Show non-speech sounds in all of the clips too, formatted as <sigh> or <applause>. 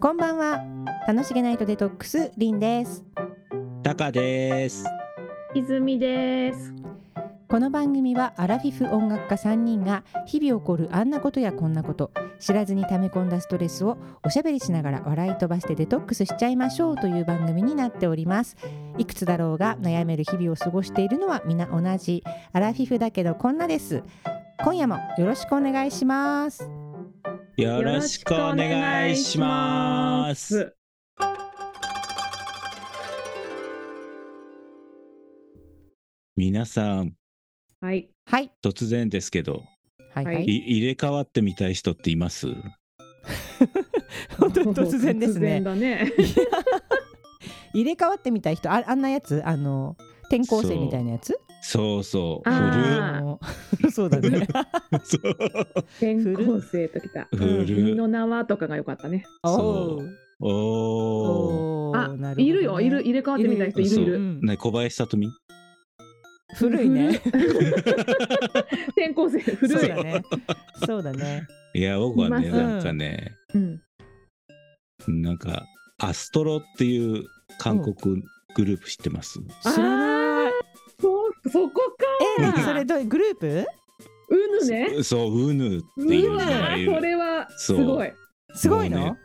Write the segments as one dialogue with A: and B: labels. A: こんばんは。楽しげナイトデトックスリンです。
B: タカです。
C: 泉です。
A: この番組はアラフィフ音楽家3人が日々起こるあんなことやこんなこと知らずに溜め込んだストレスをおしゃべりしながら笑い飛ばしてデトックスしちゃいましょうという番組になっておりますいくつだろうが悩める日々を過ごしているのは皆同じアラフィフだけどこんなです今夜もよろしくお願いします
B: よろしくお願いします。。皆さん、
C: はい。
A: はい
B: 突然ですけど、
A: はいはい、
C: はい
B: い入れ替わってみたい人っています
A: 本当に突然ですね
C: 突然だね。
A: 入れ替わってみたい人ああんなやつあの転校生みたいなやつ
B: そうそう。
C: あ
A: あのそうだ
C: <laughs>
A: ね
B: 古っ。そう
C: 転校生ときた。
B: 古 <laughs>
C: 君
B: っ
C: の名はとかが良かったね。
A: お
B: そうおー。
A: おー
C: あ、
A: なるほどね
C: いるよ、いる、入れ替わってみたい人いる
B: そ
C: いうる。
A: うん
B: ね、小林さとみ
A: 古いね。
C: 転校生、
A: そう
C: <laughs> 古い
A: だ。ね。そうだね。
B: いや、僕はいね、
C: ます
B: なんかね、
C: うん
B: なんか、アストロっていう韓国グループ知ってます
C: あー
A: 知らない。
C: そう、そこ
A: え、
C: か。
A: 何それどうグループ？
C: うぬね。
B: そう、ウヌって
C: う
B: いうの
C: わ
B: がい
C: ー、
B: る
C: そ。れはすごい。
A: すごい
B: もう
A: の
B: ね？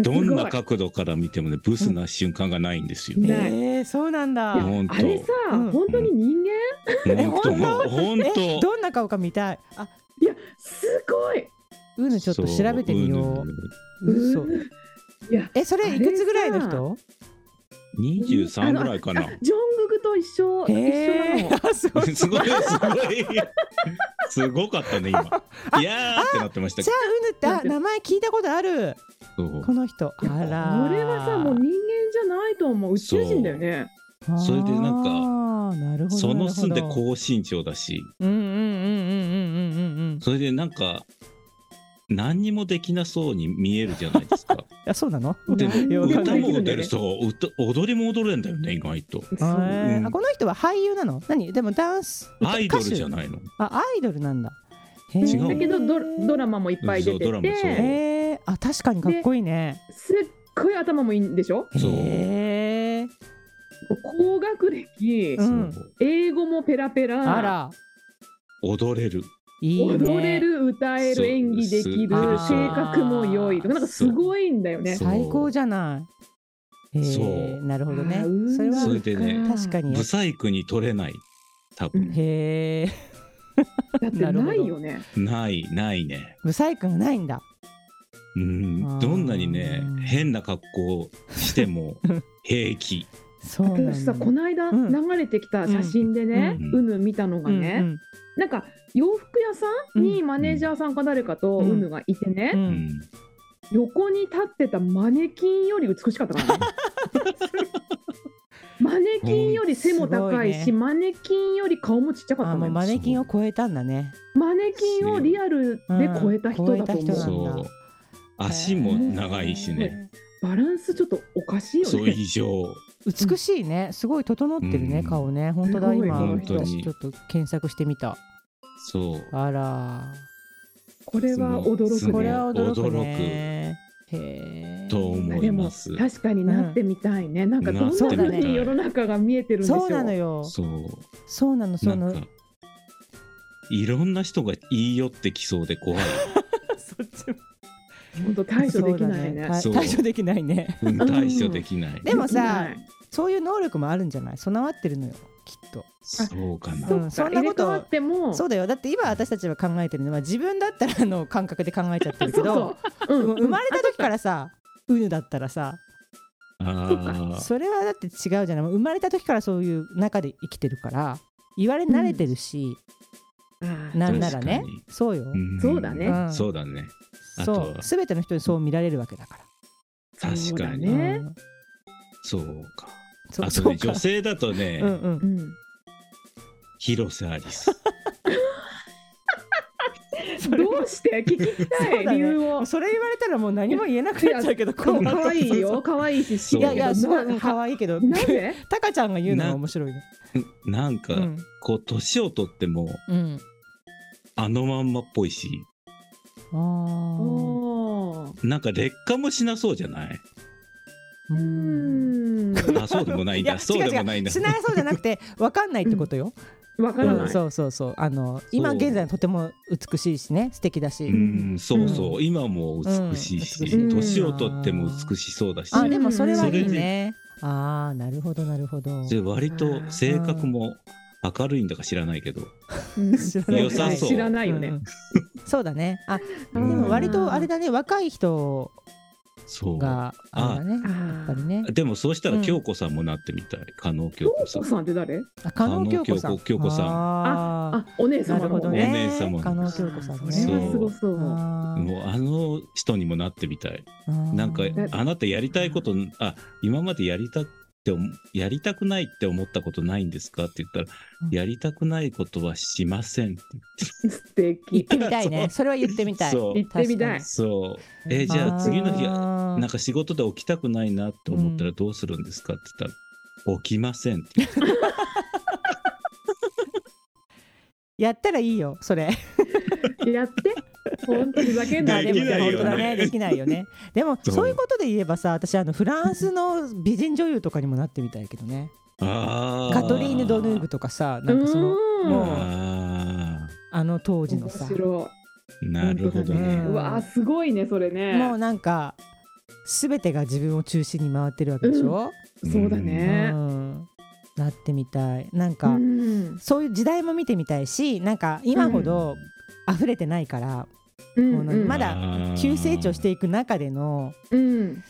B: どんな角度から見てもねブスな瞬間がないんですよ。
C: うん
A: えー、そうなんだ。
B: いや本当
C: あれさ
A: うん、
C: 本当に人間。
A: え
B: 本当
A: 本
B: 本
A: え、
B: 当
A: どんな顔か見たい。あ、
C: いや、すごい。
A: うぬちょっと調べてみよう。嘘
C: う。ぬいや、
A: え、それいくつぐらいの人？
B: 二十三ぐらいか
C: あ
B: な
A: <laughs>
C: のあ。ジョングクと一緒、一緒なの。
A: ー、あ、すごい。
B: すごい
A: じゃ
B: すごいすごかったね今。いやーってなってましたけ
A: あうぬってあ名前聞いたことある。
B: ど。
A: この人。あら。
C: これはさ、もう人間じゃないと思う。宇宙人だよね。
A: あー。
B: それでなんか
A: なるほど。
B: その住んで
A: なるほど
B: 高身長だし、
A: うんうんうんうんうんうんうんうん。
B: それでなんか何にもできなそうに見えるじゃないですか。
A: あ、そうなの？
B: で
C: 何
A: いやわかん
B: 歌
A: ないけどね
B: も出るそう歌踊りも踊れんだよね意外と。
C: そう
A: えー
B: うん
A: あこの人は俳優なの何でもダンス歌
B: アイドルじゃ
A: い
B: ないの。
A: あアイドルなんだへー
B: 違うの
C: だけどドラドラマもいっぱい出
B: そう
C: て
B: ドラマそう
C: て
A: へーあ確かにかっこいいね
C: すっごい頭もいいんでしょ
B: そう
A: へー
C: 高学歴
A: うん
B: そう
C: 英語もペラペ
A: あ
C: ラ
A: ら
B: 踊れる。
A: いいね
C: 踊れる歌え
B: そう
C: る演技できる
A: そう
C: 性格も良いとかなんかすごいんだよね
B: そう
A: 最高じゃないへー
B: そう
A: なるほどね
C: あー
A: それ
B: そ
A: は
B: れでね
A: 確かに
B: ブサイクに取れない多分、
A: へー
C: だってないよね
B: ないないね
A: ブサイクがないんだ
B: うん
A: あー
B: どんなにね変な格好しても平気
A: そうなんだ
C: 私さこの間
A: うん
C: 流れてきた写真でね
B: うん
C: うぬ見たのが
A: うん
C: ねなんか洋服屋さんに
A: う
C: マネージャーさんか誰かと
A: うん
C: うぬがいて
A: う
C: ね
A: ん
B: う
A: うん
B: ん
C: 横に立ってたマネキンより美しかった
A: <laughs>
C: からね。マネキンより背も高い
A: すごい
C: し、
A: ね
C: マネキンより顔もちっちゃかった
A: あも
C: の
A: う
C: よ
A: マネキンを超えたんだね
C: マネキンをリアルで超えた人だと
A: うん超えた人な
C: 思う。
A: んだ
B: そう足も長いしね
C: バランスちょっとおかしいよ
B: そう
C: ね。
B: 異常
A: 美しいねすごい整ってるね、
B: うん
A: 顔ね本当だ
C: すごい
A: 今
C: 本
B: 当に
A: 私ちょっと検索してみた
B: そう
A: あら
C: これは
B: す
C: 驚
B: ごい
A: こ
C: く
A: れ
C: ね。
A: は驚くねへえ
B: と思い
C: でも
B: ます
C: 確かになってみたいね。なんかどんな
B: そう
A: だ
C: 風
A: ね
C: に世の中が見えてるんでしょう。
A: そうなのよ
B: そう
A: そうなのそ
B: なん
A: の
B: かいろんな人が言い寄ってきそうで怖い
A: そっちも
C: 本当対処できないね。
A: 対
B: そう
A: 対処できないね
B: うん対処できない
A: でもさ
C: できない
A: そういう能力もあるんじゃない備わってるのよきっと
B: そうかな
A: う
C: そ
A: ん
C: っか
A: そんなこと
C: 入れ替わっても。
A: そうだよだって今私たちは考えてるのは自分だったらの感覚で考えちゃってるけ
C: そう
A: ど
C: <laughs> そうう。う
A: ん
C: ん
A: 生まれた時からさうぬだったらさ
B: あー
A: それはだって違うじゃないもう生まれた時からそういう中で生きてるから言われ慣れてるし、
C: あー
A: なんならね
B: 確かに
A: そうよ、
B: ん
C: そうだね
A: うん
B: そうだねあと
A: そう
B: は
A: 全ての人にそう見られるわけだか
B: 確
C: そう
B: か
C: だ
B: に
A: ら、
C: ね
A: うん
B: そうか
A: そ
B: あ
A: う
B: と
A: そ
B: ね
A: うか
B: 女性だと
A: <laughs>
B: ね、
A: うんう
C: うんん。
B: 広瀬アリス <laughs>
A: それ
C: どうして聞きた
A: そう
C: い
A: だね
C: 理由を。
A: それ言われたらもう何も言えなくなっちゃうけど
C: か
A: この後
C: わいいよ、かわいいし、
B: そう
A: いやいやすごいうん可
C: わ
A: 愛いけど
C: なぜ
A: タカちゃんが言うのが面白いね
B: なんか、
A: うん
B: こう年を取っても
A: うん
B: あのまんまっぽいし
A: あーあ
B: なんか劣化もしなそうじゃない
A: う
C: うんん。
B: あそうでもないん
A: い
B: だ
A: や
B: そうでもないんだ
A: しなそうじゃなくて分かんないってことよ、
C: わか
A: う
C: ら
A: ん
C: ない。
A: そうそうそうあの今現在とても美しいしね素敵だし、
B: うんそうそう、今も美しいし、
A: うん
C: 美しい
B: 年を取っても美しそうだし、
A: あでもそれはいいねああなるほどなるほど
B: で割と性格も明るいんだか知らないけど、
C: うん
A: 知ら
B: ない良さそう
C: 知らないよね。
B: <laughs>
A: うんそうだねあで
B: うん
A: も割とあれだね若い人
B: そう
A: があれだね
C: あー
A: やっぱりね
B: でもそうした
A: う
B: ら
A: ん
B: 京子さんもなってみたい加納京
C: 京
B: 子さん
C: 子さんって誰？
A: あ加納京子さん
B: 加納京子京子さん
A: あー
C: あ、お姉
A: なる
C: 様
A: ほど
C: の。
B: お
A: ね
B: 姉様の
A: 加納京子さんね
C: それはすごそう。
A: あー
B: もうあの人にもなってみたい
A: あー
B: なんか
C: ん
B: あなたやりたいことあ今までやりたくて思やりたくないって思ったことないんですかって言った
A: う
B: ら、
A: ん
B: やりたくないことはしませんって
C: 素敵
A: 行っ。てみた
B: <laughs>
A: いねそれは言ってみたい
B: そう
C: 行ってみたい
B: そうえじゃあ次の日は
A: な
B: なんか仕事で起きたくないなって思ったらどうするんですかって言ったら、起きませんって言って
A: やったらいいよそれ
C: やって。本当にふざけんな
B: できないよね
A: 本当だね <laughs> できないよねでも
B: そう
A: そういうことで言えばさ私あのフランスの美人女優とかにもなってみたいけどね
B: あ
A: カトリーヌ・ドヌーブとかさなんかその
C: うん
A: もう
B: あ
A: あの当時の
C: 面
A: さ
C: 白い。
B: ーなるほ
A: 本当
B: どね
A: だね
C: うわあすごいねそれね。
A: もうなんか全てが自分を中心に回ってるわけでしょ、
C: そうだ
A: う
C: ね。
A: ん、なってみたいなんか、
C: うん
A: そういう時代も見てみたいしなんか今ほど溢れてないから、もうなんかまだ急成長していく中での
C: うん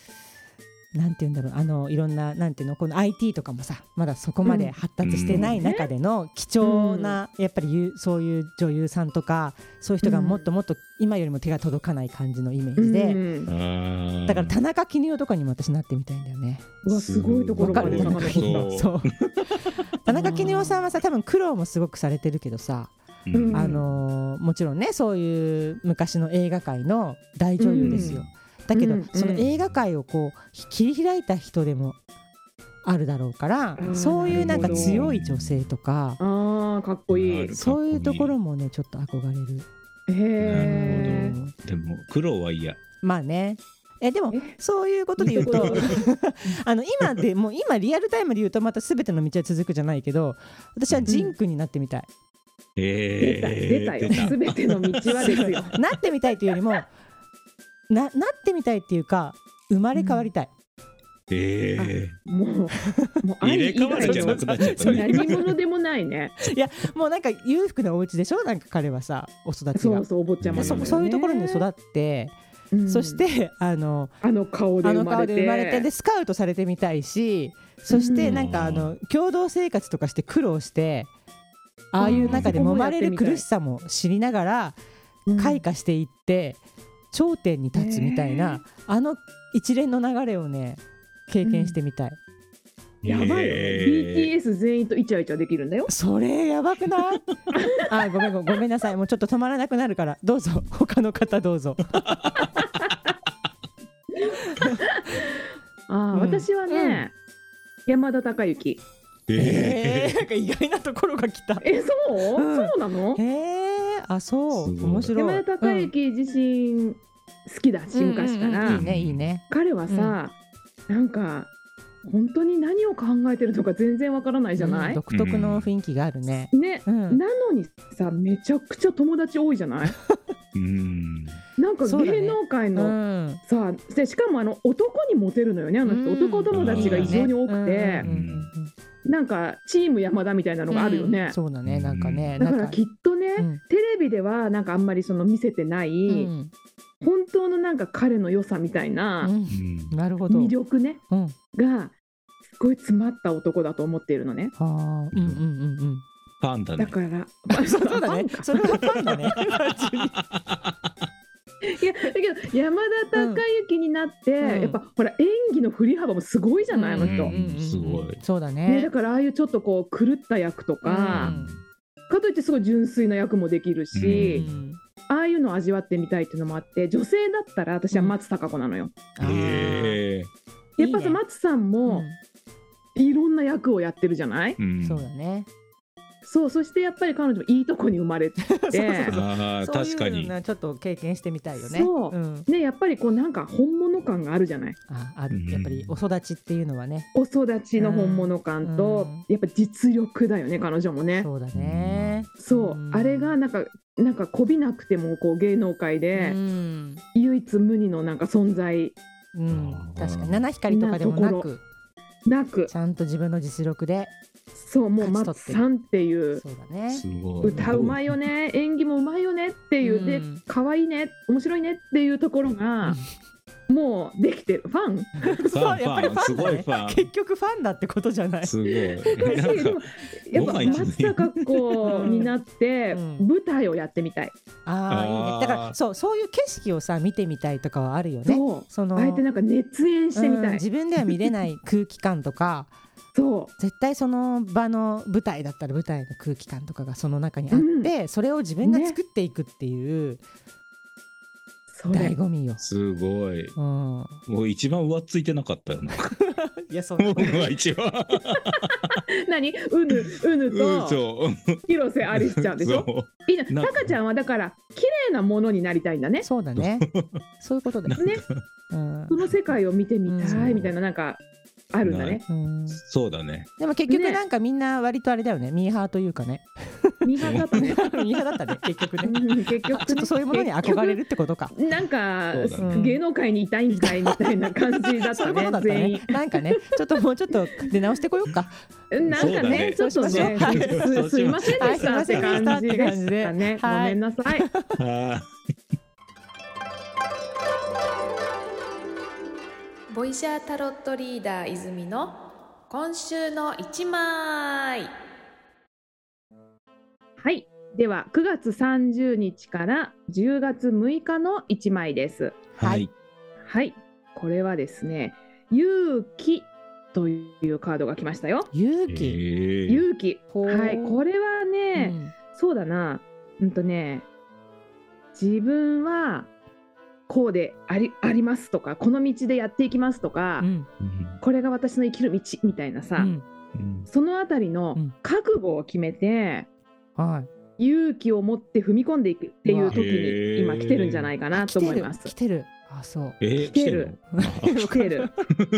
A: なんて言うんだろうあのいろんななんていうのこの IT とかもさまだそこまで発達してない中での貴重な、やっぱりゆそういう女優さんとかそういう人がもっともっと今よりも手が届かない感じのイメージで、
C: うん
A: だから田中絹代とかにも私なってみたいんだよね。
C: うわすごいところまで
A: わかる
C: 遡った。
A: <laughs>
B: そう
A: そう田中絹代さんはさ多分苦労もすごくされてるけどさ、
C: うん
A: あのーもちろんねそういう昔の映画界の大女優ですよ、だけど、
C: うん
A: その映画界をこう切り開いた人でもあるだろうから、
C: うん
A: そういうなんか強い女性とか
C: ああかっこい
B: ないる。
A: そういうところもねちょっと憧れる、
C: へ
B: な
C: え
B: る。でも苦労は嫌
A: まあねえでも
C: え
A: そういうことで言うと
C: どういう
A: <laughs> あの今でもう今リアルタイムで言うとまた全ての道は続くじゃないけど私はジンクになってみ
C: <laughs>
A: たい、
B: え
C: 出た
B: ー
C: 出たよ。すべての道はです
B: <laughs>
C: よ。
A: なってみたいというよりもななってみたいっていうか生まれ変わりたい、
B: え
C: もうもう
B: ー、入れ替わるんじゃなくなっちゃったね
C: 何者でもないね。
A: もうなんか裕福なお家でしょなんか彼はさお育ち
C: そ
A: が
C: うそうお坊ちゃま
A: で
C: なの
A: そ
C: よね。
A: そういうところに育って、
C: うん
A: そして <laughs> あの
C: あの顔で
A: あ
C: 生
A: の
C: ま
A: 顔
C: れ
A: で
C: て。
A: 生まれてでスカウトされてみたいしそして
C: うん
A: なんかあの共同生活とかして苦労してああいう中で揉まれる苦しさも知りながら
C: うん
A: 開花していって頂点に立つみたいな、あの一連の流れをね経験してみたい、
C: やばいよね。
B: え
C: BTS 全員とイチャイチャできるんだよ。
A: それやばくない <laughs> あごめんごめんごめんなさいもうちょっと止まらなくなるからどうぞ他の方どうぞ
C: ああ、
A: うん
C: 私はね、山田孝
B: ー
C: 之。
A: え
B: え
A: ー、 <laughs> なんか意外なところが来た
C: え、そう、
A: うん
C: そうなの
A: へ？えあそう
B: すごい
A: 面白い
C: 山田孝
A: うん
C: 之自身好きだし、昔から、
A: うんうんうんいいねいいね
C: 彼はさ、なんか本当に何を考えてるのか全然わからないじゃな
A: うん
C: い、
A: 独特の雰囲気があるね
C: ね、
A: うん
C: なのにさめちゃくちゃ友達多いじゃない
B: ーうん
C: なんか
A: そうだね
C: 芸能界
A: う
C: の、
A: ん
C: さでしかもあの男にモテるのよねあの人、
A: うん
C: 男友達が異常に多くて、
A: うんうんうん
C: なんかチーム山田みたいなのがあるよ
A: う
C: ね
A: ん、そうだねなんかね
B: う
A: な
C: だ
A: ん
C: からきっとね、
A: うん
C: テレビではなんかあんまりその見せてない、
A: うん
C: 本当のなんか彼の良さみたいな
A: うん
B: うん
A: なるほど
C: 魅力ね、
A: うん
C: がすごい詰まった男だと思っているのね。
A: はあうんうんうんうん
B: パンダ
C: だ
B: ね
C: から、
A: <laughs> そうそうだね
C: ファン。か
A: それはファン
C: <laughs>
A: だね。単純に
C: いや、だけど、山田孝之になって、
A: うん
C: やっぱ、ほら、演技の振り幅もすごいじゃない、あの人。
A: うんうんうん
B: すごい
A: そうだ
C: ね、
A: ね
C: だ。からああいうちょっとこう狂った役とか、かといってすごい純粋な役もできる
A: う
C: し、
A: ん
C: ああいうのを味わってみたいっていうのもあって女性だったら私は松たか子なのよ、
A: あー
B: え
A: いいね
C: やっぱさ松さん
A: う
C: も
A: ん
C: いろんな役をやってるじゃない、
B: ーうん
A: そうだね。
C: そうそしてやっぱり彼女もいいとこに生まれて
A: <laughs> そうそう
B: ああ、
A: そうい
B: 確か
A: う
B: に。
A: のちょっと経験してみたいよね。、
C: そうんねやっぱりこうなんか本物感があるじゃない
A: あある
B: うん
A: やっぱりお育ちっていうのはね、
C: お育ちの本物感と、
A: うん
C: やっぱ実力だよね彼女もね
A: そうだね。
C: そう、
A: うん
C: あれがなんかなんかこびなくてもこう芸能界で
A: うん
C: 唯一無二のなんか存在
A: うん、確かに七光とかでもな
C: なとこ
A: く
C: なく
A: ちゃんと自分の実力で
C: そうもう
A: 勝ち取っ
C: 松
A: てる
C: さんっていう
A: そうだね
B: すごい。
C: 歌うまいよね演技もうまいよねっていう、
A: う
C: で
A: ん
C: 可愛いね面白いねっていうところがもうできてるファン
B: ファンファン、すごいファン。
A: 結局ファンだってことじゃない
B: すごい。
C: だ
B: な
C: し
B: ん
C: でも
B: か、
C: やっ
B: ご飯一
C: ぱ
B: 緒に
C: 松たか子になって
A: うん
C: 舞台をやってみたい、
A: ああいいねだからそうそういう景色をさ見てみたいとかはあるよね
C: そう
A: その
C: あえてなんか熱演してみ
A: うん
C: たい、
A: 自分では見れない空気感とか
C: <laughs> そう
A: 絶対その場の舞台だったら舞台の空気感とかがその中にあって、それを自分が作っていくっていう
C: それ
A: 醍醐味よ。
B: すごい。
A: うん、
B: もう一番浮ついてなかったよ
C: <laughs>
B: な。
A: いやそう
B: 僕は一番。
C: 何うぬうぬ
B: うん、
C: と
B: そう。
C: 広瀬アリスちゃんでしょ
B: そう
C: いいじゃん
B: なん
C: タ
B: か
C: カちゃんはだから綺麗なものになりたいんだね
A: そうだね。そういうことだよ
C: ね
A: うん
C: その世界を見てみた
B: う
C: い
B: ん
C: みたいななんかあるんだね
A: うん、
B: そうだね。
A: でも結局
C: ね
A: なんかみんな割とあれだよねミーハーというかね
C: 見方だったね
A: ミーハーだったね結局
C: う
A: <laughs> ね
C: ん結局ね
A: あちょっとそういうものに憧れるってことか
C: 結局なんか
B: そうだ
A: ね
C: 芸能界にいたいんかいみたいな感じだっ
A: そうい
C: た
A: うこと
C: ね
A: だった
C: 全
A: ね
C: 員
A: なんかねちょっともうちょっと出直してこようか
C: なんかねち
A: そ
C: ょ
A: う
C: っ
A: だ
C: と
A: ね
C: ね
B: そうしましょう
C: <laughs> すすいませんでしたって感じでしたねご
A: はい
C: めんなさい
B: あ
D: ボイシャータロットリーダー泉の今週の一枚
C: はいでは9月30日から10月6日の1枚です
B: あ。はい。
C: はい、これはですね、勇気というカードが来ましたよ。
A: 勇気、
B: ええ。
C: 勇気。
A: ほう
C: はい、これはね、
A: うん
C: そうだな、うんとね、自分はこうでありありますとか、この道でやっていきますとか、
A: うん
B: うん
C: これが私の生きる道みたいなさ、
A: うん
B: うん
C: そのあたりの
A: うん
C: 覚悟を決めて、
A: はい
C: 勇気を持って踏み込んでいくっていう時に
B: うわ
C: 今来てるんじゃないかなと思いま
A: 来
C: す。
A: てる来てるあそう
B: えー、
C: 来てる
B: 来てんの。
C: <laughs> 来てる。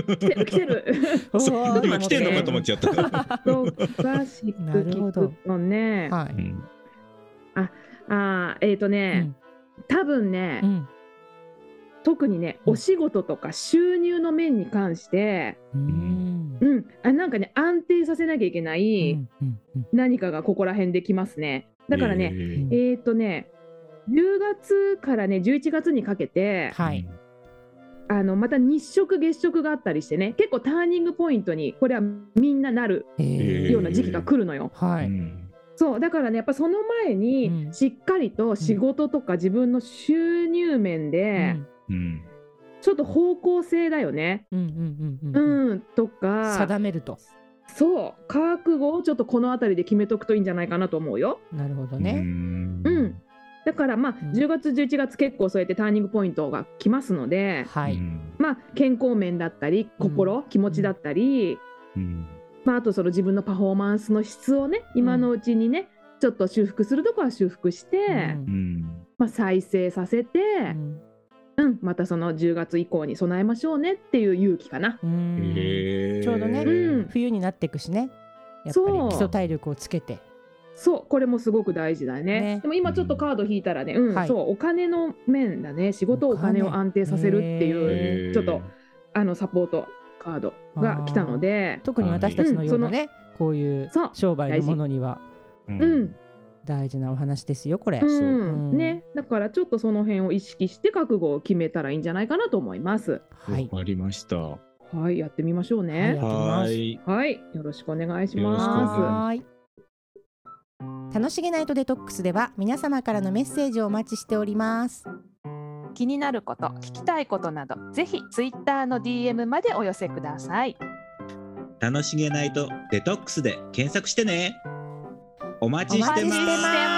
C: 来てる。来てる。
A: <laughs>
C: <laughs>
B: あ
A: おー
B: 今来てるのかと思っちゃった。
C: そうか、シッ
A: な
C: ク
A: る
C: キ
A: ほ
C: ッ
A: ど
C: クのね。あ
A: は
B: う
A: い、
B: ん
C: あー、えっ、とね、多分ね、
A: うん
C: 特にね、
A: うん
C: お仕事とか収入の面に関して、
A: うんうん
C: うん、あなんかね、安定させなきゃいけな
A: う
C: い
A: んうんうん
C: 何かがここら辺できますね。だからね、
B: え
C: えっ、とね、10月からね、11月にかけて、
B: ー
A: はい。
C: あのまた日食、月食があったりしてね、結構ターニングポイントに、これはみんななる
A: えー
C: ような時期が来るのよ。
A: は
B: う
A: い
B: ん
C: そうだからねやっぱその前
A: う
C: に
A: ん
C: しっかりと仕事とか自分の収入面で
B: うん。
C: ちょっと方向性だよね。
A: うんうんうんう
C: うん
A: うん
C: ん、とか
A: 定めると
C: そう覚悟をちょっとこの辺りで決めとくといいんじゃないかなと思うよ。
A: なるほど
B: う
A: ね
B: ん
C: うん。だからまあ
A: うん
C: 10月11月結構そうやってターニングポイントが来ますので、
A: は
B: う
A: い
B: ん
C: まあ、健康面だったり心、気持ちだったり、
B: うん
C: まあ、あとその自分のパフォーマンスの質をね今のうちにね、ちょっと修復するとこは修復して、
A: うん
B: うん
C: まあ、再生させて。
A: うん
C: うん、またその10月以降に備えましょうねっていう勇気かな。
A: うん
B: えー
A: ちょうどね
C: うん
A: 冬になっていくしねやっぱ
C: そ
A: り
C: う
A: 基礎体力をつけて
C: そう、これもすごく大事だね。
A: ね
C: でも今ちょっとカード引いたらね、うん、
A: はい
C: そう、お金の面だね。仕事お
A: お金
C: 金を安定させるっていう、
A: へ
C: ちょっとあのサポートカードが来たので、
A: 特に私たちのようなねこういう
C: そう、
A: 商売のものには
B: う
C: うん。
A: 大事なお話ですよこれ
C: う
B: そうん
C: ん、ね、だからちょっとその辺を意識して覚悟を決めたらいいんじゃないかなと思います。
A: はい
B: わかりました。は
C: はい、やってみましょう
A: はいや
C: ね。
A: ってみます
B: ーい。
C: はい、よろしくお願いし
B: よろしくお願いし
C: ま
A: は
B: ま
A: ーい楽しげナイトデトックスでは皆様からのメッセージをお待ちしております
D: 気になること聞きたいことなどぜひツイッターの DM までお寄せください
B: 楽しげないとデトックスで検索してね。お待
A: お
B: ち
A: 待
B: し
A: ちしてま
B: てますす。